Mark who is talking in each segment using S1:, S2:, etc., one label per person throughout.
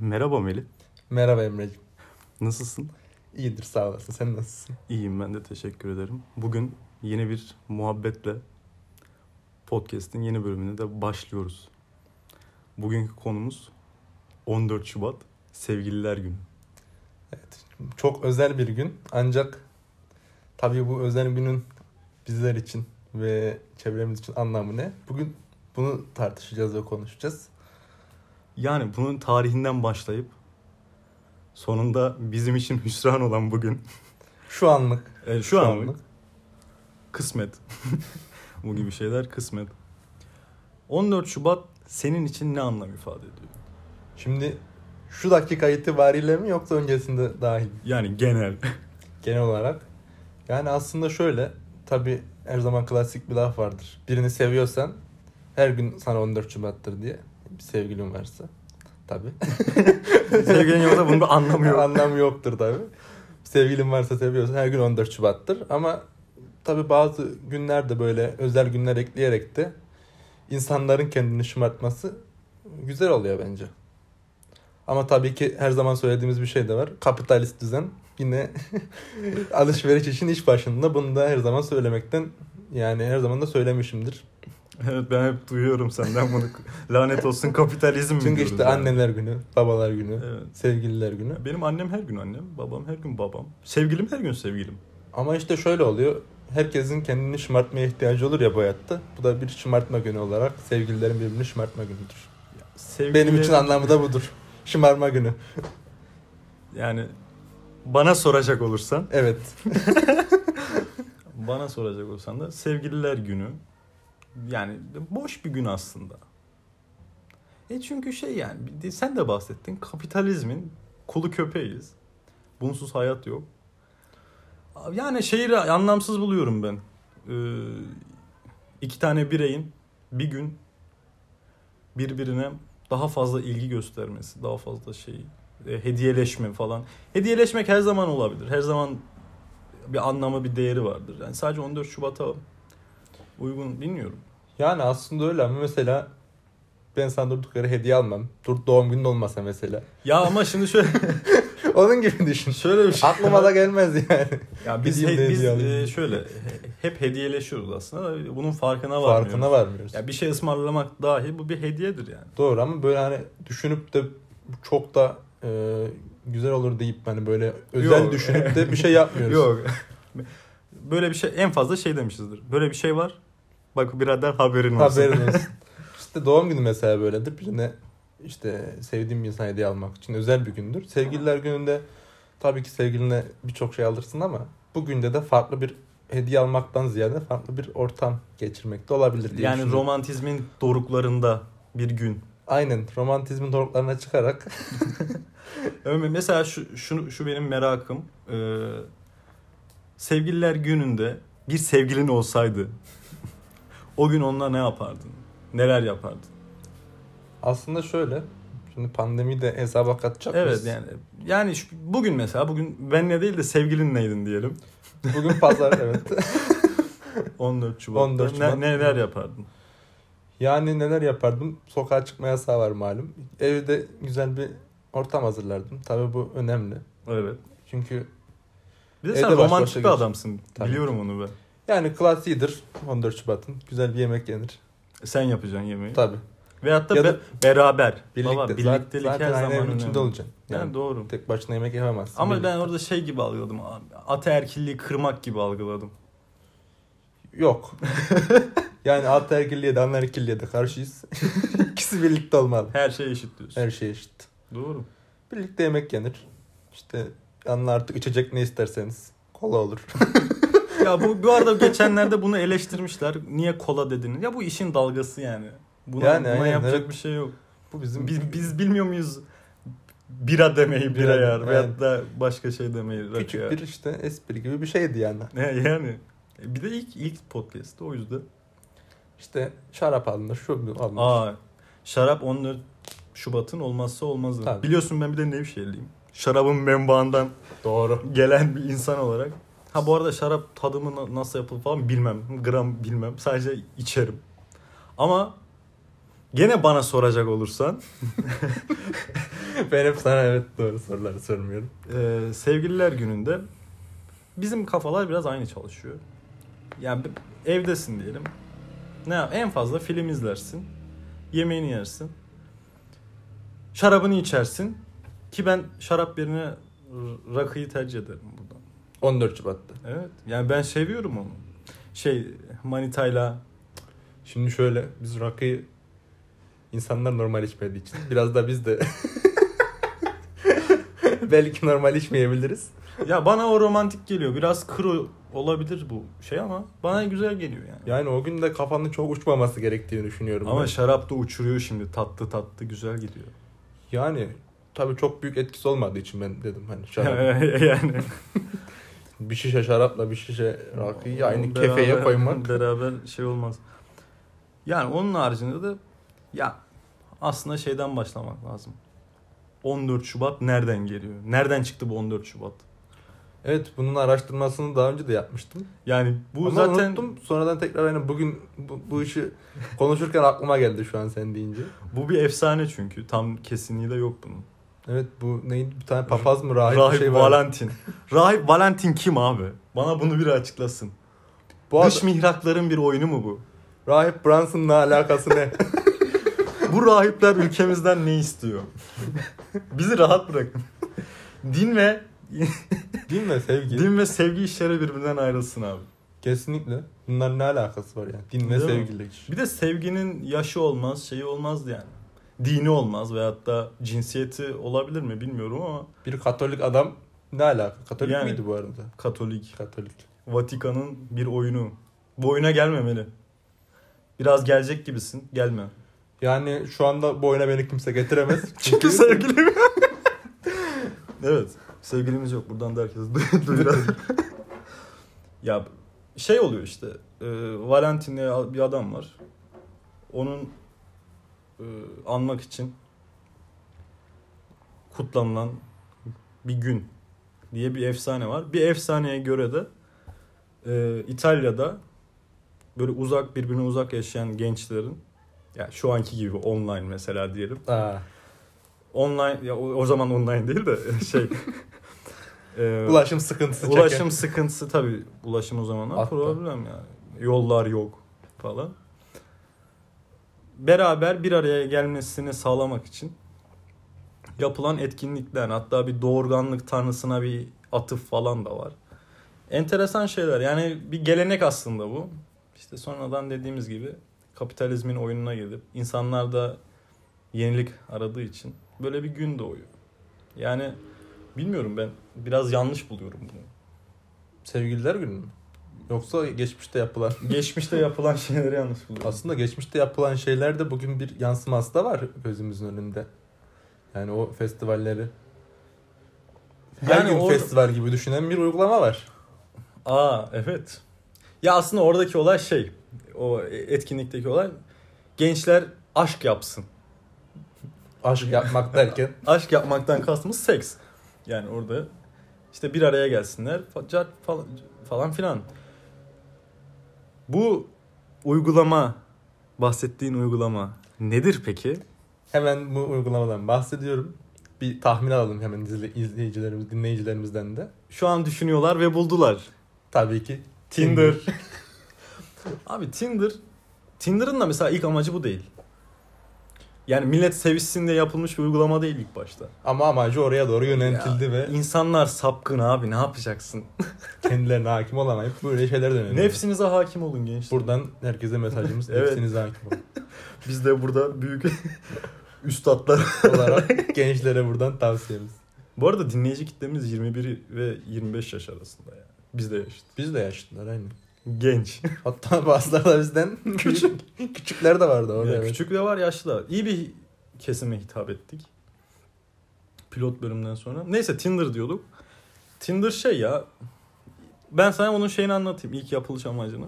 S1: Merhaba Melih.
S2: Merhaba Emre'ciğim.
S1: Nasılsın?
S2: İyidir sağ olasın. Sen nasılsın?
S1: İyiyim ben de teşekkür ederim. Bugün yeni bir muhabbetle podcast'in yeni bölümüne de başlıyoruz. Bugünkü konumuz 14 Şubat Sevgililer Günü.
S2: Evet. Çok özel bir gün. Ancak tabii bu özel günün bizler için ve çevremiz için anlamı ne? Bugün bunu tartışacağız ve konuşacağız.
S1: Yani bunun tarihinden başlayıp sonunda bizim için hüsran olan bugün
S2: Şu anlık.
S1: E, şu, an kısmet. Bu gibi şeyler kısmet. 14 Şubat senin için ne anlam ifade ediyor?
S2: Şimdi şu dakika itibariyle mi yoksa öncesinde dahil mi?
S1: Yani genel.
S2: genel olarak? Yani aslında şöyle. Tabii her zaman klasik bir laf vardır. Birini seviyorsan her gün sana 14 Şubat'tır diye. Bir sevgilin varsa. Tabii.
S1: Sevgilin yoksa bunun bir anlamı yok.
S2: Anlam yoktur tabii. Sevgilin varsa seviyorsan her gün 14 Şubat'tır. Ama tabii bazı günlerde böyle özel günler ekleyerek de insanların kendini şımartması güzel oluyor bence. Ama tabii ki her zaman söylediğimiz bir şey de var. Kapitalist düzen yine alışveriş için iş başında. Bunu da her zaman söylemekten yani her zaman da söylemişimdir.
S1: Evet ben hep duyuyorum senden bunu. Lanet olsun kapitalizm mi
S2: Çünkü
S1: diyoruz
S2: işte
S1: yani?
S2: anneler günü, babalar günü,
S1: Evet.
S2: sevgililer günü.
S1: Benim annem her gün annem, babam her gün babam. Sevgilim her gün sevgilim.
S2: Ama işte şöyle oluyor. Herkesin kendini şımartmaya ihtiyacı olur ya bu hayatta. Bu da bir şımartma günü olarak sevgililerin birbirini şımartma günüdür.
S1: Sevgililerim-
S2: Benim için anlamı da budur. Şımarma günü.
S1: Yani bana soracak olursan,
S2: Evet.
S1: bana soracak olursan da sevgililer günü. Yani boş bir gün aslında. E çünkü şey yani bir de sen de bahsettin kapitalizmin kulu köpeğiyiz. Bunsuz hayat yok. Yani şeyi anlamsız buluyorum ben. Ee, iki tane bireyin bir gün birbirine daha fazla ilgi göstermesi, daha fazla şey e, hediyeleşme falan. Hediyeleşmek her zaman olabilir. Her zaman bir anlamı, bir değeri vardır. Yani sadece 14 Şubat'a uygun bilmiyorum.
S2: Yani aslında öyle ama mesela ben sana durduk yere hediye almam. Dur doğum günün olmasa mesela.
S1: Ya ama şimdi şöyle
S2: Onun gibi düşün.
S1: şöyle bir şey.
S2: Aklıma da gelmez yani.
S1: ya biz,
S2: Gideyim de
S1: he- biz
S2: hediye alayım.
S1: e, şöyle he- hep hediyeleşiyoruz aslında. da Bunun farkına varmıyoruz.
S2: Farkına varmıyoruz.
S1: Ya bir şey ısmarlamak dahi bu bir hediyedir yani.
S2: Doğru ama böyle hani düşünüp de çok da e, güzel olur deyip hani böyle özel
S1: Yok.
S2: düşünüp de bir şey yapmıyoruz.
S1: Yok. Böyle bir şey en fazla şey demişizdir. Böyle bir şey var. Bak birader haberin olsun.
S2: Haberin olsun. işte doğum günü mesela böyledir. Birine işte sevdiğim bir insana hediye almak için özel bir gündür. Sevgililer gününde tabii ki sevgiline birçok şey alırsın ama bugün de de farklı bir hediye almaktan ziyade farklı bir ortam geçirmek de olabilir diye
S1: yani
S2: düşünüyorum.
S1: romantizmin doruklarında bir gün.
S2: Aynen romantizmin doruklarına çıkarak
S1: Ömer, Mesela şu, şunu, şu benim merakım. Ee, sevgililer gününde bir sevgilin olsaydı o gün onunla ne yapardın? Neler yapardın?
S2: aslında şöyle şimdi pandemi de hesaba katacak
S1: Evet
S2: mıyız?
S1: yani yani şu- bugün mesela bugün benle değil de sevgilinleydin diyelim.
S2: Bugün pazar evet.
S1: 14 Şubat'ta
S2: 14
S1: Ne-
S2: Şubat.
S1: neler yapardın?
S2: Yani neler yapardım? Sokağa çıkma yasağı var malum. Evde güzel bir ortam hazırlardım. Tabii bu önemli.
S1: Evet.
S2: Çünkü
S1: Bir de
S2: Evde
S1: sen
S2: baş başa
S1: romantik bir
S2: geç.
S1: adamsın.
S2: Tabii
S1: Biliyorum onu ben.
S2: yani klasiğidir 14 Şubat'ın. Güzel bir yemek yenir.
S1: Sen yapacaksın yemeği.
S2: Tabii.
S1: Veyahut da,
S2: Ya da
S1: be- beraber.
S2: Birlikte.
S1: Baba,
S2: Zaten-
S1: birliktelik
S2: zaten
S1: her
S2: aynı
S1: zaman
S2: evin
S1: önemli.
S2: içinde olacaksın.
S1: Yani
S2: Yani
S1: doğru.
S2: tek başına yemek yapamazsın.
S1: Ama
S2: Birlikte.
S1: ben orada şey gibi algıladım. Ataerkilliği kırmak gibi algıladım.
S2: Yok. yani ataerkilliğe de anaerkilliğe de karşıyız. İkisi birlikte olmalı.
S1: Her şey eşit diyorsun.
S2: Her şey eşit.
S1: Doğru.
S2: Birlikte yemek yenir. İşte yanına artık içecek ne isterseniz. Kola olur.
S1: Ya bu, bu arada geçenlerde bunu eleştirmişler. Niye kola dediniz? Ya bu işin dalgası yani. Buna,
S2: Yani
S1: buna
S2: aynen,
S1: yapacak
S2: evet.
S1: bir şey yok.
S2: Bu bizim
S1: Biz, biz bilmiyor muyuz bira demeyi
S2: Bira
S1: bira
S2: de-
S1: yar
S2: evet.
S1: veyahut da başka şey demeyi
S2: küçük
S1: rakıya.
S2: bir işte espri gibi bir şeydi yani.
S1: Ne yani. E Bir de ilk ilk podcast o yüzden.
S2: İşte şarap alınır, şu alınır.
S1: Aa şarap 14 Şubat'ın olmazsa olmazı.
S2: Tabii.
S1: Biliyorsun ben bir de Nevşehirliyim. Şarabın menbaından
S2: Doğru.
S1: gelen bir insan olarak. Ha bu arada şarap tadımı na- nasıl yapılır falan bilmem. Gram bilmem. Sadece içerim. Ama Gene bana soracak olursan
S2: Ben hep sana evet doğru soruları sormuyorum.
S1: e, sevgililer gününde bizim kafalar biraz aynı çalışıyor. Yani bir- evdesin diyelim. Ne yap? En fazla film izlersin. Yemeğini yersin. Şarabını içersin. Ki ben şarap yerine r- rakıyı tercih ederim burada.
S2: 14 Şubat'ta.
S1: Evet. Yani ben seviyorum onu. Şey manitayla
S2: Şimdi şöyle biz rakıyı insanlar normal içmediği için biraz da biz de belki normal içmeyebiliriz.
S1: ya bana o romantik geliyor. Biraz kuru olabilir bu şey ama bana güzel geliyor yani.
S2: Yani o gün de kafanın çok uçmaması gerektiğini düşünüyorum.
S1: Ama
S2: ben.
S1: şarap da uçuruyor şimdi. Tatlı tatlı güzel gidiyor.
S2: yani tabii çok büyük etkisi olmadığı için ben dedim hani şarap,
S1: yani
S2: bir şişe şarapla bir şişe rakıyı aynı kefeye
S1: Beraber-
S2: koymak.
S1: Beraber şey olmaz. Yani onun haricinde de ya aslında şeyden başlamak lazım. 14 Şubat nereden geliyor? Nereden çıktı bu 14 Şubat?
S2: Evet bunun araştırmasını daha önce de yapmıştım.
S1: Yani bu
S2: Bu Ama
S1: zaten
S2: zaten unuttum. sonradan tekrar hani bugün bu, bu işi konuşurken aklıma geldi şu an sen deyince.
S1: bu bir efsane çünkü tam kesinliği de yok bunun.
S2: Evet bu neydi bir tane papaz mı rahip, bir
S1: Rahip
S2: şey var.
S1: Valentin. Rahip Valentin kim abi? Bana bunu biri açıklasın.
S2: Bu adam-
S1: Dış mihrakların bir oyunu mu bu?
S2: Rahip Brunson'la alakası ne?
S1: Bu rahipler ülkemizden ne istiyor? Bizi rahat bırakın. Din ve
S2: Değil mi sevgi?
S1: din ve sevgi işleri birbirinden ayrılsın abi.
S2: Kesinlikle. Bunların ne alakası var yani? Din ve
S1: Değil mi?
S2: sevgiyle iş.
S1: Bir de sevginin yaşı olmaz, şeyi olmaz yani. Dini olmaz veyahut da cinsiyeti olabilir mi bilmiyorum ama
S2: Bir Katolik adam ne alaka? Katolik
S1: Yani.
S2: miydi bu arada?
S1: Katolik,
S2: Katolik.
S1: Vatikan'ın bir oyunu. Bu oyuna gelmemeli. Biraz gelecek gibisin, gelme.
S2: Yani şu anda bu oyuna beni kimse getiremez.
S1: Çünkü sevgilim evet. Sevgilimiz yok. Buradan da herkes duyuralım. ya şey oluyor işte. E, Valentin diye bir adam var. Onun e, anmak için kutlanılan bir gün diye bir efsane var. Bir efsaneye göre de e, İtalya'da böyle uzak birbirine uzak yaşayan gençlerin yani şu anki gibi online mesela diyelim
S2: Aa,
S1: online ya o, o zaman online değil de şey e,
S2: ulaşım sıkıntısı çeken.
S1: ulaşım sıkıntısı tabii ulaşım o zamanlar
S2: Hatta.
S1: problem yani yollar yok falan beraber bir araya gelmesini sağlamak için yapılan etkinlikler hatta bir doğurganlık tanrısına bir atıf falan da var. Enteresan şeyler yani bir gelenek aslında bu. İşte sonradan dediğimiz gibi kapitalizmin oyununa gelip insanlar da yenilik aradığı için böyle bir gün doğuyor. Yani bilmiyorum ben biraz yanlış buluyorum bunu.
S2: Sevgililer günü mü? Yoksa geçmişte yapılan.
S1: Geçmişte yapılan şeyleri yanlış buluyorum.
S2: Aslında geçmişte yapılan şeyler de bugün bir yansıması da var gözümüzün önünde. Yani o festivalleri. Her
S1: Yani
S2: gün
S1: orada-
S2: festival gibi düşünen bir uygulama var.
S1: Aa evet. Ya aslında oradaki olay şey, o etkinlikteki olay gençler aşk yapsın.
S2: Aşk yapmak derken.
S1: Aşk yapmaktan kastımız seks. Yani orada işte bir araya gelsinler fa- cat falan, falan filan. Bu uygulama, bahsettiğin uygulama nedir peki?
S2: Hemen bu uygulamadan bahsediyorum. Bir tahmin alalım hemen izle- izleyicilerimiz, dinleyicilerimizden de.
S1: Şu an düşünüyorlar ve buldular.
S2: Tabii ki
S1: Tinder. Abi Tinder, Tinder'ın da mesela ilk amacı bu değil. Yani millet sevişsin diye yapılmış bir uygulama değil ilk başta.
S2: Ama amacı oraya doğru yöneltildi ve
S1: İnsanlar sapkın abi ne yapacaksın?
S2: kendilerine hakim olamayıp böyle şeyler dönüyor.
S1: Nefsinize hakim olun gençler.
S2: Buradan herkese mesajımız
S1: Evet.
S2: nefsinize hakim olun.
S1: Biz de burada büyük üstadlar.
S2: olarak gençlere buradan tavsiyemiz.
S1: Bu arada dinleyici kitlemiz 21 ve 25 yaş arasında yani. Biz de yaşlı.
S2: Biz de yaşlılar aynı.
S1: Genç.
S2: Hatta bazıları da bizden küçük. Küçükler de vardı orada.
S1: Ya
S2: evet.
S1: Küçük de var yaşlı da. var. İyi bir kesime hitap ettik. Pilot bölümden sonra. Neyse Tinder diyorduk. Tinder şey ya. Ben sana onun şeyini anlatayım. ilk yapılış amacını.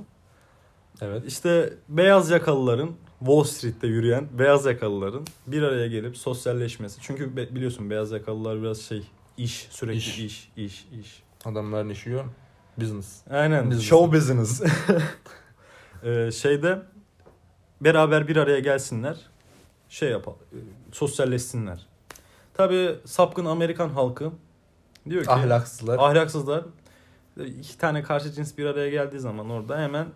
S2: Evet.
S1: İşte beyaz yakalıların Wall Street'te yürüyen beyaz yakalıların bir araya gelip sosyalleşmesi. Çünkü be- biliyorsun beyaz yakalılar biraz şey iş sürekli
S2: İş.
S1: iş iş iş.
S2: Adamların işi yok. Business.
S1: Aynen
S2: Business.
S1: show business. Ee, şeyde beraber bir araya gelsinler. şey yapalım, sosyalleşsinler. Tabii sapkın Amerikan halkı diyor ki
S2: Ahlaksızlar.
S1: Ah- ahlaksızlar iki tane karşı cins bir araya geldiği zaman orada hemen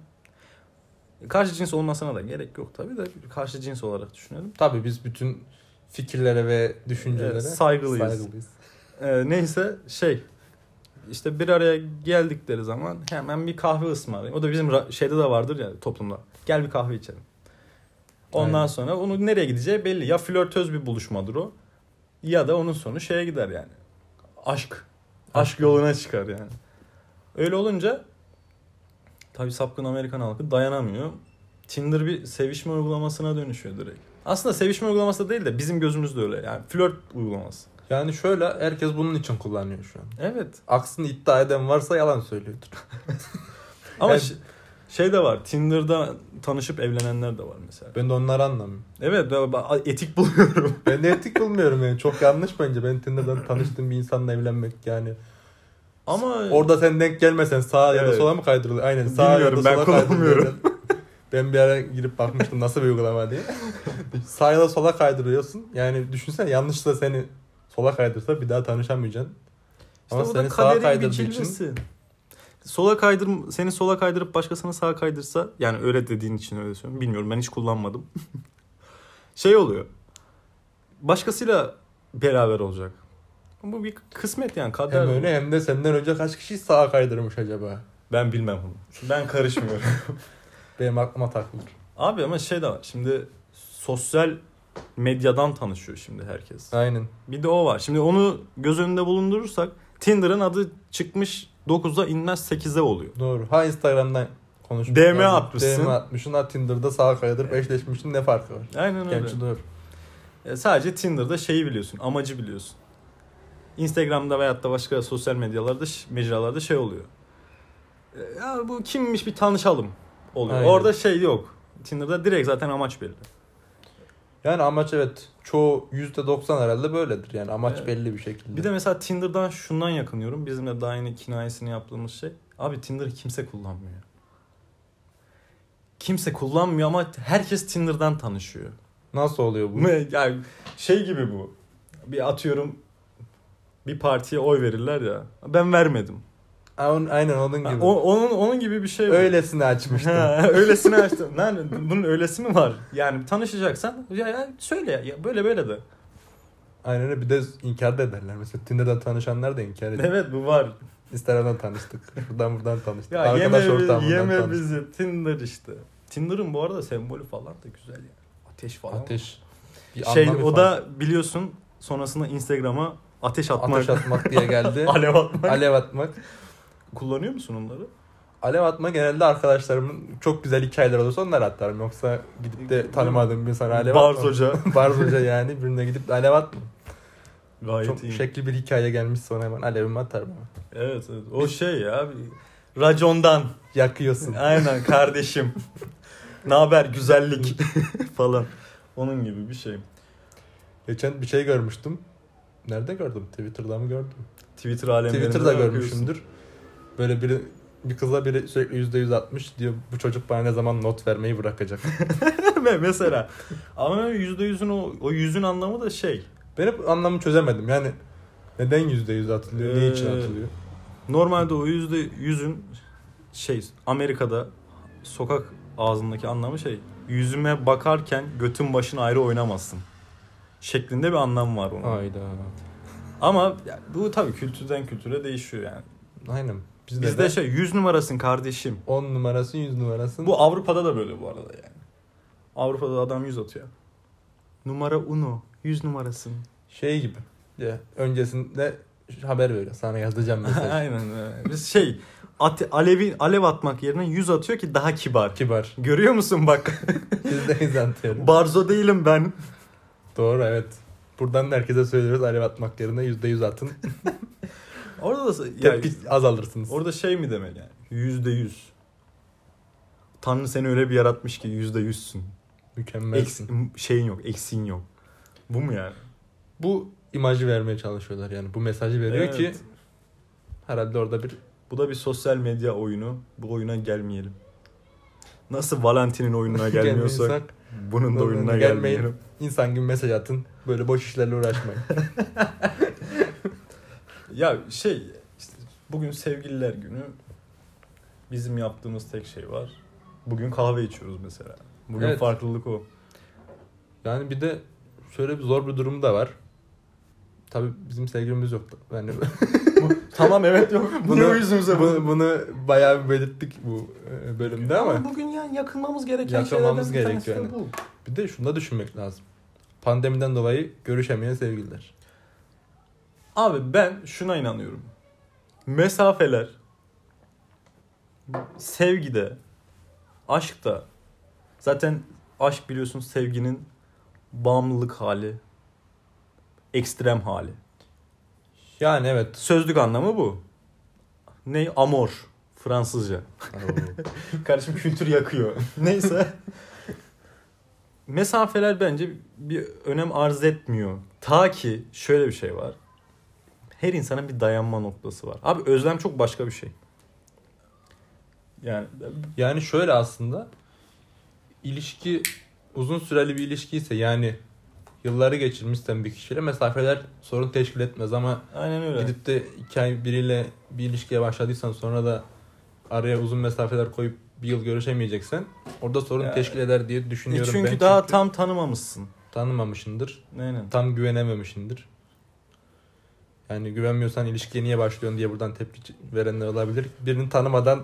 S1: karşı cins olmasına da gerek yok tabii de karşı cins olarak düşünelim.
S2: Tabii biz bütün fikirlere ve düşüncelere
S1: Evet, saygılıyız. Ee, neyse şey işte bir araya geldikleri zaman hemen bir kahve ısmarlayın. O da bizim ra- şeyde de vardır ya toplumda. Gel bir kahve içelim. Ondan
S2: Aynen.
S1: sonra onu nereye gideceği belli. Ya flörtöz bir buluşmadır o ya da onun sonu şeye gider yani. Aşk. Aşk yoluna çıkar yani. Öyle olunca tabii sapkın Amerikan halkı dayanamıyor. Tinder bir sevişme uygulamasına dönüşüyor direkt. Aslında sevişme uygulaması da değil de bizim gözümüzde öyle yani flört uygulaması.
S2: Yani şöyle herkes bunun için kullanıyor şu an.
S1: Evet.
S2: Aksini iddia eden varsa yalan söylüyordur.
S1: Ama
S2: Yani-
S1: ş- şey de var. Tinder'da tanışıp evlenenler de var mesela.
S2: Ben de onları anlamıyorum.
S1: Evet ben- ben etik buluyorum.
S2: Ben de etik bulmuyorum yani. Çok yanlış bence. Ben Tinder'dan tanıştığım bir insanla evlenmek yani.
S1: Ama
S2: Orada sen denk gelmesen sağa ya da
S1: Evet.
S2: sola mı kaydırılıyor? Aynen sağa
S1: Bilmiyorum,
S2: ya da
S1: ben
S2: sola kaydırılıyor.
S1: kullanmıyorum.
S2: Ben bir ara girip bakmıştım nasıl bir uygulama diye. sağa ya da sola kaydırıyorsun. Yani düşünsene yanlışla seni sola kaydırsa bir daha tanışamayacaksın.
S1: işte bu da
S2: seni sağa
S1: kaderin bir
S2: kaydırdığı için-
S1: cilvesi. Sola kaydır seni sola kaydırıp başkasını sağa kaydırsa yani öyle dediğin için öyle söylüyorum. Bilmiyorum ben hiç kullanmadım. şey oluyor. Başkasıyla beraber olacak. Bu bir kısmet yani kader.
S2: Hem
S1: bu.
S2: öyle hem de senden önce kaç kişi sağa kaydırmış acaba?
S1: Ben bilmem bunu. Ben karışmıyorum.
S2: Benim aklıma takılır.
S1: Abi ama şey de var. Şimdi sosyal medyadan tanışıyor şimdi herkes.
S2: Aynen.
S1: Bir de o var. Şimdi onu göz önünde bulundurursak Tinder'ın adı çıkmış 9'a inmez 8'e oluyor.
S2: Doğru. Ha Instagram'dan konuşmuş.
S1: DM atmışsın.
S2: DM atmışsın. Ha Tinder'da sağa kaydırıp eşleşmişsin. Ne farkı var?
S1: Aynen öyle.
S2: Gerçi doğru.
S1: E, sadece Tinder'da şeyi biliyorsun, amacı biliyorsun. Instagram'da veyahut da başka sosyal medyalarda, ş- mecralarda şey oluyor. E, ya bu kimmiş bir tanışalım oluyor.
S2: Aynen.
S1: Orada şey yok. Tinder'da direkt zaten amaç belli.
S2: Yani amaç evet çoğu %90 herhalde böyledir. Yani amaç
S1: Evet.
S2: belli bir şekilde.
S1: Bir de mesela Tinder'dan şundan yakınıyorum. Bizim de daha yeni kinayesini yaptığımız şey. Abi Tinder'ı kimse kullanmıyor. Kimse kullanmıyor ama herkes Tinder'dan tanışıyor.
S2: Nasıl oluyor bu?
S1: Ne- Yani şey gibi bu. Bir atıyorum bir partiye oy verirler ya. Ben vermedim.
S2: Ha, on- Aynen onun gibi.
S1: Ha, o- onun onun gibi bir şey. bu.
S2: Öylesini açmıştım.
S1: Ha, öylesine açtım. Lan bunun öylesi mi var? Yani tanışacaksan ya, ya söyle ya, böyle böyle de.
S2: Aynen öyle. bir de inkar da ederler. Mesela Tinder'dan tanışanlar da inkar ediyor.
S1: Evet bu var.
S2: Instagram'dan tanıştık. Buradan buradan tanıştık.
S1: Ya
S2: Arkadaş
S1: yeme,
S2: ortamından
S1: bi- yeme
S2: tanıştık.
S1: bizi Tinder işte. Tinder'ın bu arada sembolü falan da güzel yani. Ateş falan.
S2: Ateş. Bir
S1: şey
S2: anlam
S1: o
S2: ifade-
S1: da biliyorsun sonrasında Instagram'a ateş atmak,
S2: ateş atmak diye geldi.
S1: alev atmak.
S2: Alev atmak.
S1: Kullanıyor musun onları?
S2: Alev atma genelde arkadaşlarımın çok güzel hikayeler olursa onlar atarım. Yoksa gidip de tanımadığım bir insana alev
S1: Barz
S2: atmam.
S1: Hoca.
S2: Barz Hoca yani birine gidip de alev atmam.
S1: Gayet
S2: Çok
S1: iyi.
S2: şekli bir hikaye gelmiş sonra hemen alevimi atarım. hemen.
S1: Evet, evet. O şey ya. bir- Racondan.
S2: Yakıyorsun.
S1: Aynen kardeşim. ne haber güzellik falan. Onun gibi bir şey.
S2: Geçen bir şey görmüştüm. Nerede gördüm? Twitter'da mı gördüm?
S1: Twitter alemlerinde
S2: Twitter'da
S1: ne
S2: görmüşümdür. Böyle biri bir kızla biri sürekli yüzde yüz atmış diyor bu çocuk bana ne zaman not vermeyi bırakacak.
S1: yapıyorsun? Ve Mesela. Ama yüzde yüzün o, o yüzün anlamı da şey.
S2: ben hep anlamı çözemedim yani neden yüzde yüz atılıyor, ne için
S1: Ee,
S2: atılıyor?
S1: Normalde o yüzde yüzün şey Amerika'da sokak ağzındaki anlamı şey yüzüme bakarken götün başın ayrı oynamasın şeklinde bir anlam var onun.
S2: Hayda.
S1: Ama ya bu tabii kültürden kültüre değişiyor yani.
S2: Aynen. Bizde,
S1: Bizde şey yüz numarasın kardeşim.
S2: 10 numarasın 100 numarasın.
S1: Bu Avrupa'da da böyle bu arada yani. Avrupa'da adam yüz atıyor. Numara uno. Yüz numarasın.
S2: şey gibi. Ya, öncesinde haber veriyor. Sana yazacağım mesaj.
S1: Aynen öyle. Biz şey ate- alevi, alev atmak yerine yüz atıyor ki daha kibar.
S2: Kibar.
S1: Görüyor musun bak.
S2: Bizdeyiz antıyorum.
S1: Barzo değilim ben.
S2: Doğru evet. Buradan da herkese söylüyoruz alev atmak yerine %100 atın.
S1: Orada da ya,
S2: Tepki az alırsınız.
S1: orada şey mi demek yani? Yüzde yüz. Tanrı seni öyle bir yaratmış ki yüzde yüzsün.
S2: Mükemmelsin.
S1: Eks- şeyin yok, eksin yok. Bu mu yani?
S2: Bu imajı vermeye çalışıyorlar yani. Bu mesajı veriyor
S1: Evet.
S2: ki herhalde orada bir
S1: Bu da bir sosyal medya oyunu. Bu oyuna gelmeyelim. Nasıl Valentin'in oyununa gelmiyorsak
S2: Gelmiyorsak
S1: bunun da oyununa
S2: gelmeyin.
S1: gelmeyelim.
S2: İnsan gibi mesaj atın. Böyle boş işlerle uğraşmayın.
S1: Ya şey işte bugün sevgililer günü bizim yaptığımız tek şey var. Bugün kahve içiyoruz mesela. Bugün
S2: Evet.
S1: farklılık o.
S2: yani bir de şöyle bir zor bir durum da var. Tabii bizim sevgilimiz yoktu. Yani
S1: tamam evet yok.
S2: Bunu-
S1: yüzümüze
S2: bunu, bunu bayağı bir belirttik bu e, bölümde ama
S1: bugün yani yakınmamız gereken
S2: Yakınmamız
S1: şeylerden bir tanesi
S2: gerekiyor,
S1: de bu.
S2: bir de şunu da düşünmek lazım. Pandemiden dolayı görüşemeyen sevgililer.
S1: Abi ben şuna inanıyorum. Mesafeler sevgide, aşkta zaten aşk biliyorsun sevginin bağımlılık hali, ekstrem hali.
S2: Yani evet.
S1: Sözlük anlamı bu. Ne? Amor. Fransızca. Kardeşim kültür yakıyor. Neyse. Mesafeler bence bir önem arz etmiyor. Ta ki şöyle bir şey var. Her insanın bir dayanma noktası var. Abi özlem çok başka bir şey. Yani
S2: Yani şöyle aslında ilişki uzun süreli bir ilişki ise yani yılları geçirmişsen bir kişiyle mesafeler sorun teşkil etmez ama
S1: aynen öyle. E
S2: gidip de iki ay biriyle bir ilişkiye başladıysan sonra da araya uzun mesafeler koyup bir yıl görüşemeyeceksen orada sorun
S1: Ya,
S2: teşkil eder diye
S1: E
S2: düşünüyorum ben.
S1: çünkü daha
S2: Çünkü
S1: tam tanımamışsın.
S2: tanımamışındır.
S1: Aynen.
S2: Tam güvenememişindir. Yani güvenmiyorsan ilişkiye niye başlıyorsun diye buradan tepki ç- verenler olabilir. Birini tanımadan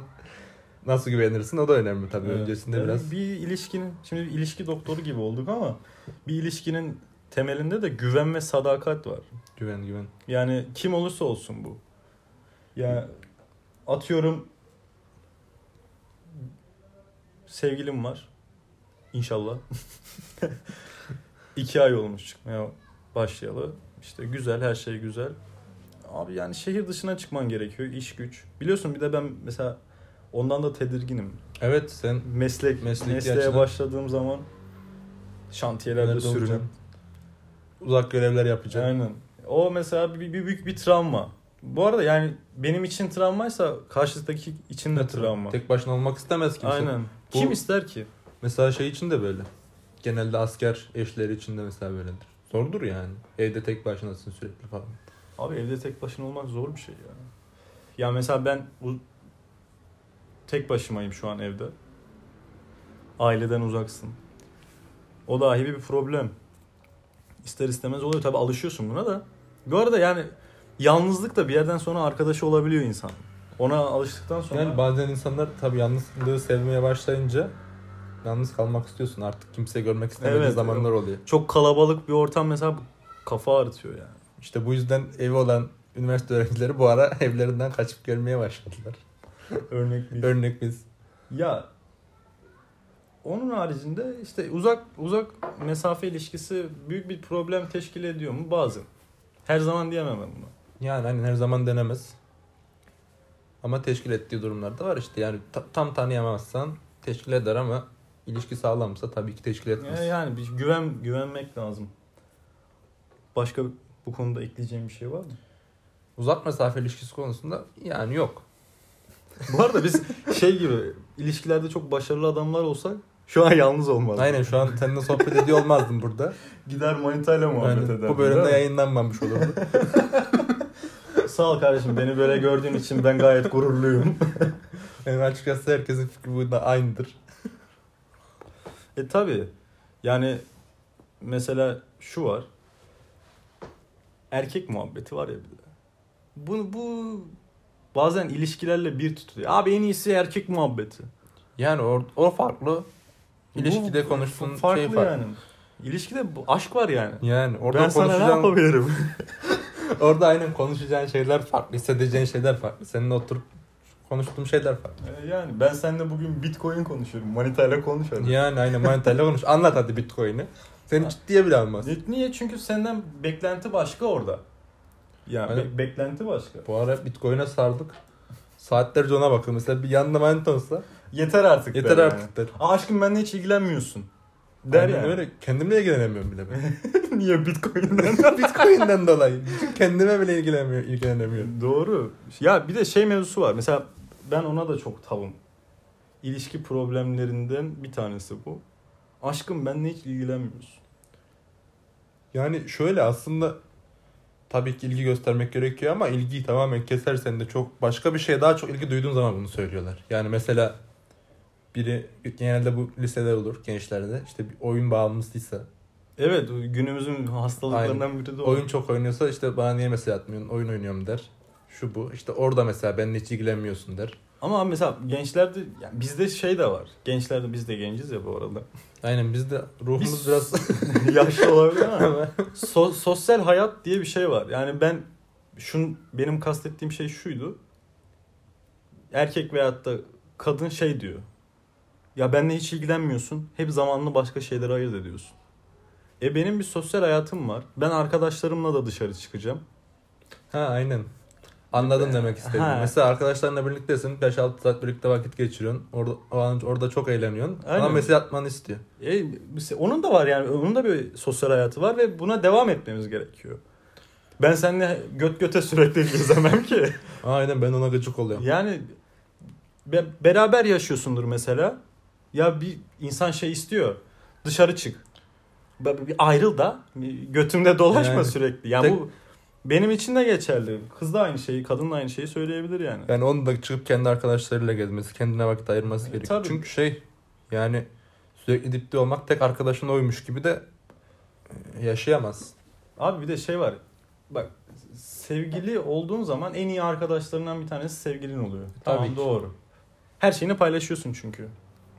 S2: nasıl güvenirsin o da önemli tabii.
S1: Evet.
S2: Öncesinde
S1: Yani
S2: biraz
S1: bir ilişkinin şimdi bir ilişki doktoru gibi olduk ama bir ilişkinin temelinde de güven ve sadakat var.
S2: güven güven.
S1: Yani kim olursa olsun bu. Yani atıyorum sevgilim var. İnşallah. İki ay olmuş çıkmaya başlayalı. İşte güzel her şey güzel. Abi yani şehir dışına çıkman gerekiyor. iş güç. Biliyorsun bir de ben mesela ondan da tedirginim.
S2: Evet sen
S1: Meslek,
S2: Mesleki
S1: mesleğe
S2: açıdan-
S1: başladığım zaman şantiyelerde
S2: nerede
S1: sürünüp
S2: olacaksın? Uzak görevler yapacaksın.
S1: Aynen. O mesela bir, bir büyük bir travma. Bu arada yani benim için travmaysa karşıdaki için de travma.
S2: Tek başına olmak istemez kimse.
S1: Aynen.
S2: Bu-
S1: Kim ister ki?
S2: Mesela şey için de böyle. Genelde asker eşleri için de mesela böyledir. Zordur yani. Evde tek başınasın sürekli falan.
S1: Abi evde tek başına olmak zor bir şey ya. Ya mesela ben bu tek başımayım şu an evde. Aileden uzaksın. O dahi bir problem. İster istemez oluyor. Tabi alışıyorsun buna da. Bu arada yani yalnızlık da bir yerden sonra arkadaşı olabiliyor insan. Ona alıştıktan sonra...
S2: Yani bazen insanlar tabii yalnızlığı sevmeye başlayınca yalnız kalmak istiyorsun. Artık kimse görmek istemediği
S1: Evet,
S2: zamanlar oluyor.
S1: Çok kalabalık bir ortam mesela kafa ağrıtıyor yani.
S2: İşte bu yüzden evi olan üniversite öğrencileri bu ara evlerinden kaçıp görmeye başladılar.
S1: Örnek bir.
S2: Örnek biz.
S1: ya onun haricinde işte uzak uzak mesafe ilişkisi büyük bir problem teşkil ediyor mu bazen. Her zaman diyemem ben bunu.
S2: Yani hani her zaman denemez. Ama teşkil ettiği durumlar da var işte. Yani ta- tam tanıyamazsan teşkil eder ama ilişki sağlamsa tabii ki teşkil etmez.
S1: Ya Yani bir güven güvenmek lazım. Başka bu konuda ekleyeceğim bir şey var mı?
S2: Uzak mesafe ilişkisi konusunda yani yok.
S1: Bu arada biz şey gibi ilişkilerde çok başarılı adamlar olsak şu an yalnız olmalı.
S2: Aynen şu an seninle sohbet ediyor olmazdım burada.
S1: Gider manitayla muhabbet
S2: Yani
S1: ederdim,
S2: bu bölümde
S1: değil mi?
S2: yayınlanmamış olurdu.
S1: Sağ ol kardeşim beni böyle gördüğün için ben gayet gururluyum.
S2: Yani açıkçası herkesin fikri bunda aynıdır.
S1: E tabi. Yani mesela şu var. Erkek muhabbeti var ya bir de. Bu, bu bazen ilişkilerle bir tutuluyor. Abi en iyisi erkek muhabbeti.
S2: Yani o, o farklı. İlişkide
S1: Bu
S2: konuştuğun şey
S1: farklı
S2: farklı.
S1: yani. İlişkide bu- aşk var yani.
S2: Yani orada
S1: ben sana ne
S2: konuşacağın-
S1: yapabilirim?
S2: Orada aynen konuşacağın şeyler farklı, hissedeceğin şeyler farklı. Seninle oturup konuştuğum şeyler farklı.
S1: E, yani ben seninle bugün bitcoin konuşuyorum. Manitayla konuşuyorum.
S2: Yani aynen manitayla konuş. Anlat hadi Bitcoin'i. Seni ciddiye bile almaz.
S1: E, Niye? Çünkü senden beklenti başka orada. Yani
S2: Aynen.
S1: be- beklenti başka.
S2: Bu ara Bitcoin'e sardık. Saatlerce ona bakıyor. Mesela bir yanında manita olsa
S1: Yeter artık. der
S2: yeter
S1: yani.
S2: artık der.
S1: Aa, aşkım benimle hiç ilgilenmiyorsun. Der
S2: Der
S1: yani.
S2: öyle. Kendimle ilgilenemiyorum bile ben.
S1: Niye Bitcoin'den?
S2: Bitcoin'den dolayı. Çünkü kendime bile ilgilenmiyor, ilgilenemiyorum.
S1: Doğru. Ya bir de şey mevzusu var. Mesela ben ona da çok tavım. ilişki problemlerinden bir tanesi bu. Aşkım benle hiç ilgilenmiyorsun.
S2: Yani şöyle aslında tabii ki ilgi göstermek gerekiyor ama ilgiyi tamamen kesersen de çok başka bir şeye daha çok ilgi duyduğun zaman bunu söylüyorlar. Yani mesela biri genelde bu liseler olur gençlerde işte bir oyun bağımlısıysa
S1: Evet günümüzün hastalıklarından biri de o.
S2: oyun çok oynuyorsa işte bana niye mesaj atmıyorsun oyun oynuyorum der. Şu bu işte orada mesela benimle hiç ilgilenmiyorsun der.
S1: Ama abi mesela gençlerde yani bizde şey de var. Gençlerde biz de genciz ya bu arada.
S2: Aynen biz de ruhumuz
S1: Biz-
S2: biraz
S1: Yaşlı olabilir ama. So- sosyal hayat diye bir şey var. Yani ben şun benim kastettiğim şey şuydu. Erkek veyahut da kadın şey diyor. Ya benimle hiç ilgilenmiyorsun. Hep zamanını başka şeylere ayırt ediyorsun. E benim bir sosyal hayatım var. Ben arkadaşlarımla da dışarı çıkacağım.
S2: Ha aynen. Anladım demek istedim.
S1: Ha.
S2: Mesela arkadaşlarınla birliktesin. 5-6 saat birlikte vakit geçiriyorsun. Orada, o an- orada çok eğleniyorsun. Ama
S1: Aynen.
S2: mesaj atmanı istiyor.
S1: E, onun da var yani onun da bir sosyal hayatı var ve buna devam etmemiz gerekiyor. Ben seninle göt göte sürekli gezemem ki.
S2: Aynen ben ona gıcık oluyorum.
S1: Yani be- beraber yaşıyorsundur mesela. Ya bir insan şey istiyor. Dışarı çık. Be- Bir ayrıl da götümde dolaşma
S2: Yani.
S1: sürekli. Ya
S2: Tek-
S1: bu benim için de geçerli. Kız da aynı şeyi, kadın da aynı şeyi söyleyebilir yani.
S2: Yani onun da çıkıp kendi arkadaşlarıyla gezmesi, kendine vakit ayırması
S1: E,
S2: gerekiyor.
S1: tabii.
S2: Çünkü şey yani sürekli dipte olmak tek arkadaşına oymuş gibi de e, yaşayamaz.
S1: Abi bir de şey var. Bak sevgili olduğun zaman en iyi arkadaşlarından bir tanesi sevgilin oluyor.
S2: E, Tabii
S1: Tamam
S2: ki.
S1: doğru. Her şeyini paylaşıyorsun çünkü.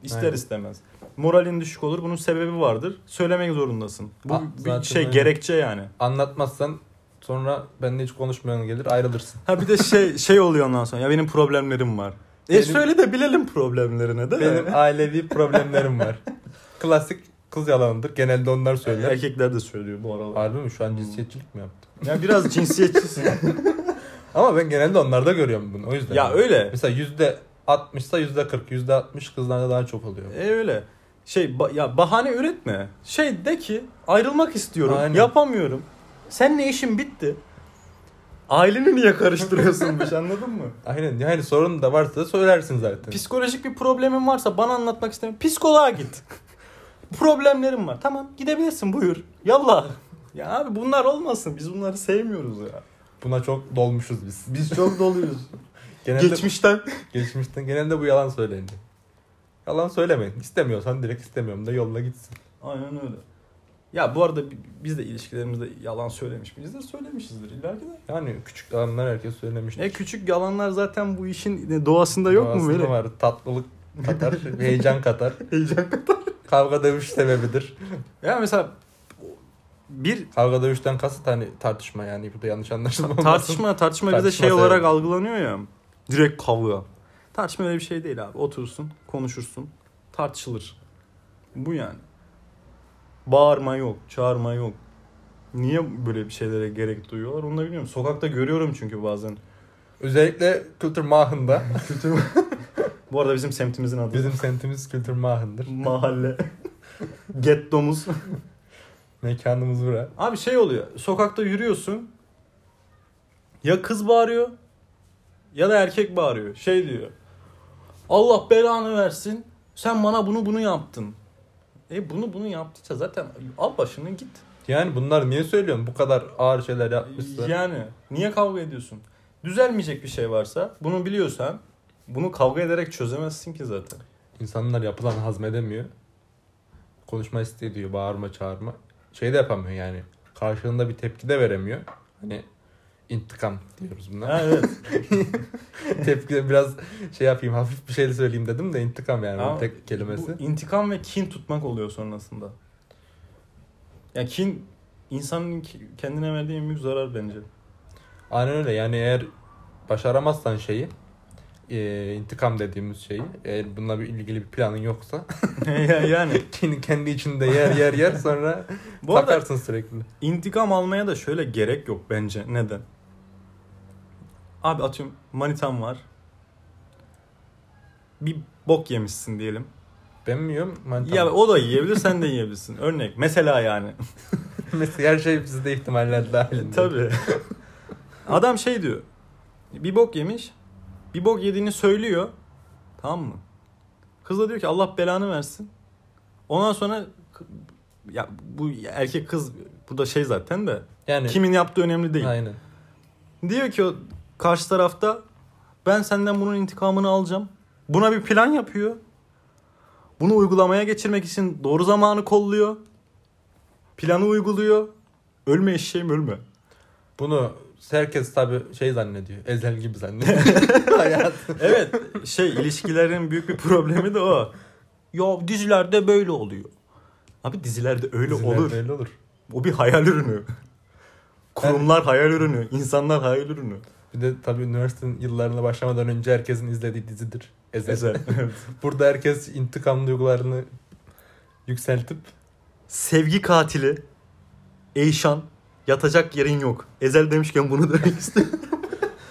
S1: İster
S2: Aynen.
S1: istemez. Moralin düşük olur. Bunun sebebi vardır. Söylemek zorundasın. Bu
S2: Ah, zaten
S1: bir şey
S2: aynen.
S1: gerekçe yani.
S2: Anlatmazsan sonra benimle hiç konuşmayan gelir ayrılırsın.
S1: Ha bir de şey şey oluyor ondan sonra. Ya benim problemlerim var. E
S2: Benim-
S1: söyle de bilelim problemlerini değil
S2: Benim
S1: mi?
S2: ailevi problemlerim var. Klasik kız yalanıdır. Genelde onlar söyler.
S1: Erkekler de söylüyor bu aralar.
S2: Harbi mi? Şu an
S1: Hmm.
S2: cinsiyetçilik mi yaptım?
S1: Ya biraz cinsiyetçisin.
S2: Ama ben genelde onlarda görüyorum bunu. O yüzden.
S1: ya öyle.
S2: Mesela yüzde 60'sa yüzde 40, yüzde 60 kızlarda daha çok oluyor.
S1: E öyle. Şey ba- ya bahane üretme. Şey de ki ayrılmak istiyorum.
S2: Aynen.
S1: Yapamıyorum. Seninle işim bitti. Aileni niye karıştırıyorsunmuş anladın mı?
S2: Aynen. Yani sorun da varsa da söylersin zaten.
S1: Psikolojik bir problemin varsa bana anlatmak istemiyorum. Psikoloğa git. Problemlerim var. Tamam gidebilirsin buyur. Yallah. Ya abi bunlar olmasın. Biz bunları sevmiyoruz ya.
S2: Buna çok dolmuşuz biz.
S1: Biz çok doluyuz.
S2: Genelde,
S1: Geçmişten.
S2: geçmişten genelde bu yalan söylendi. Yalan söylemeyin. İstemiyorsan direkt istemiyorum da yolla gitsin.
S1: Aynen öyle. Ya bu arada bi- biz de ilişkilerimizde yalan söylemiş miyiz de söylemişizdir illaki de.
S2: Yani küçük yalanlar herkes söylemiş.
S1: E küçük yalanlar zaten bu işin e, doğasında yok mu
S2: Doğasında
S1: böyle?
S2: var. Tatlılık katar, heyecan katar.
S1: Heyecan katar.
S2: Kavga dövüş sebebidir.
S1: Ya mesela bir
S2: Kavga dövüşten kasıt hani tartışma yani burada yanlış anlaşılma olmasın.
S1: tartışma tartışma bize
S2: Tartışma
S1: şey olarak
S2: sebebi.
S1: algılanıyor ya. Direkt kavga. Tartışma öyle bir şey değil abi. Oturursun, konuşursun, tartışılır. Bu yani. Bağırma yok, çağırma yok. Niye böyle bir şeylere gerek duyuyorlar onu da bilmiyorum. Sokakta görüyorum çünkü bazen.
S2: Özellikle kültür mahında.
S1: Bu arada bizim semtimizin adı.
S2: Bizim semtimiz kültür mahındır.
S1: mahalle. Gettomuz.
S2: Mekanımız bura.
S1: Abi şey oluyor. Sokakta yürüyorsun. Ya kız bağırıyor ya da erkek bağırıyor. Şey diyor. Allah belanı versin. Sen bana bunu bunu yaptın. E bunu bunu yaptıysa zaten al başını git.
S2: Yani bunlar niye söylüyorsun? Bu kadar ağır şeyler yapmışsın.
S1: Yani niye kavga ediyorsun? Düzelmeyecek bir şey varsa bunu biliyorsan bunu kavga ederek çözemezsin ki zaten.
S2: İnsanlar yapılan hazmedemiyor. Konuşma isteği duyuyor. Bağırma çağırma. Şey de yapamıyor yani. Karşılığında bir tepki de veremiyor. Hani intikam diyoruz buna.
S1: Ha, evet.
S2: tepki de biraz şey yapayım hafif bir şey söyleyeyim dedim de intikam yani
S1: Ama
S2: onun tek kelimesi.
S1: Bu intikam ve kin tutmak oluyor sonrasında. Ya kin insanın ki- kendine verdiği en büyük zarar bence.
S2: Aynen öyle yani eğer başaramazsan şeyi e, intikam dediğimiz şeyi eğer bununla bir ilgili bir planın yoksa
S1: Ya- yani
S2: kendi, kendi içinde yer yer yer sonra
S1: bu arada
S2: takarsın sürekli.
S1: intikam almaya da şöyle gerek yok bence. Neden? Abi atıyorum manitan var. Bir bok yemişsin diyelim.
S2: Ben mi yiyorum? Manitam.
S1: Ya o da yiyebilir sen de yiyebilirsin. Örnek mesela yani.
S2: Mesela her şey bizde ihtimaller dahilinde.
S1: Tabii. Adam şey diyor. Bir bok yemiş. Bir bok yediğini söylüyor. Tamam mı? Kız da diyor ki Allah belanı versin. Ondan sonra ya bu erkek kız burada şey zaten de
S2: Yani
S1: kimin yaptığı önemli değil.
S2: aynen.
S1: Diyor ki o karşı tarafta ben senden bunun intikamını alacağım. Buna bir plan yapıyor. Bunu uygulamaya geçirmek için doğru zamanı kolluyor. Planı uyguluyor. Ölme eşeğim ölme.
S2: Bunu herkes tabi şey zannediyor. Ezel gibi zannediyor. Hayat.
S1: Evet şey ilişkilerin büyük bir problemi de o. Ya dizilerde böyle oluyor. Abi dizilerde öyle
S2: Diziler
S1: olur.
S2: Böyle olur.
S1: O bir hayal ürünü. Kurumlar hayal ürünü. insanlar hayal ürünü.
S2: Bir de tabi üniversitenin yıllarına başlamadan önce herkesin izlediği dizidir. Ezel.
S1: Ezel. evet.
S2: Burada herkes intikam duygularını yükseltip
S1: Sevgi katili Eyşan yatacak yerin yok. Ezel demişken bunu demek istedim.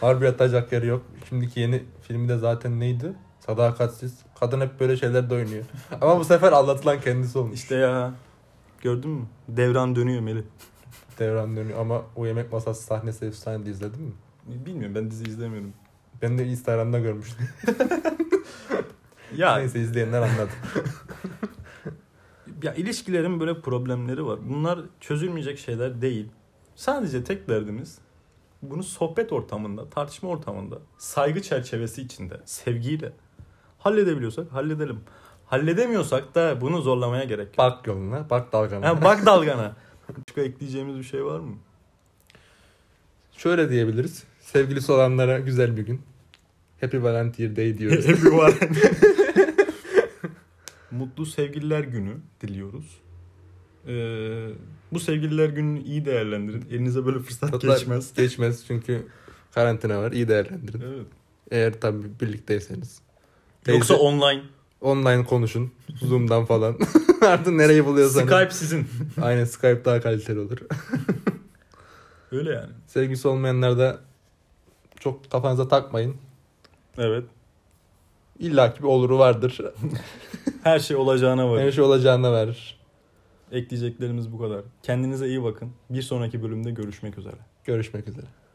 S2: harbi yatacak yeri yok. Şimdiki yeni filmi de zaten neydi? Sadakatsiz. Kadın hep böyle şeylerde oynuyor. Ama bu sefer anlatılan kendisi olmuş.
S1: işte ya. Gördün mü? Devran dönüyor Meli.
S2: Devran dönüyor ama o yemek masası sahnesi efsaneydi izledin mi?
S1: Bilmiyorum ben dizi izlemiyorum.
S2: Ben de Instagram'da görmüştüm.
S1: Ya,
S2: Neyse izleyenler anladı.
S1: ya ilişkilerin böyle problemleri var. Bunlar çözülmeyecek şeyler değil. Sadece tek derdimiz bunu sohbet ortamında, tartışma ortamında, saygı çerçevesi içinde, sevgiyle halledebiliyorsak halledelim. Halledemiyorsak da bunu zorlamaya gerek yok.
S2: Bak yoluna, bak dalgana.
S1: Ha, bak dalgana. Başka ekleyeceğimiz bir şey var mı?
S2: Şöyle diyebiliriz. Sevgilisi olanlara güzel bir gün. Happy Valentine's Day diyoruz.
S1: Mutlu Sevgililer Günü diliyoruz. Ee, bu Sevgililer Günü'nü iyi değerlendirin. Elinize böyle fırsat
S2: Tatlar
S1: geçmez.
S2: Geçmez çünkü karantina var. İyi değerlendirin.
S1: Evet.
S2: Eğer tabii birlikteyseniz.
S1: Yoksa
S2: Neyse,
S1: online.
S2: online konuşun. Zoom'dan falan. Artık nereyi buluyorsanız.
S1: Skype sizin.
S2: Aynen Skype daha kaliteli olur.
S1: Öyle yani.
S2: Sevgilisi olmayanlar da çok kafanıza takmayın.
S1: Evet.
S2: İlla ki bir oluru vardır.
S1: Her şey olacağına var.
S2: Her şey olacağına verir.
S1: Ekleyeceklerimiz bu kadar. Kendinize iyi bakın. Bir sonraki bölümde görüşmek üzere.
S2: Görüşmek üzere.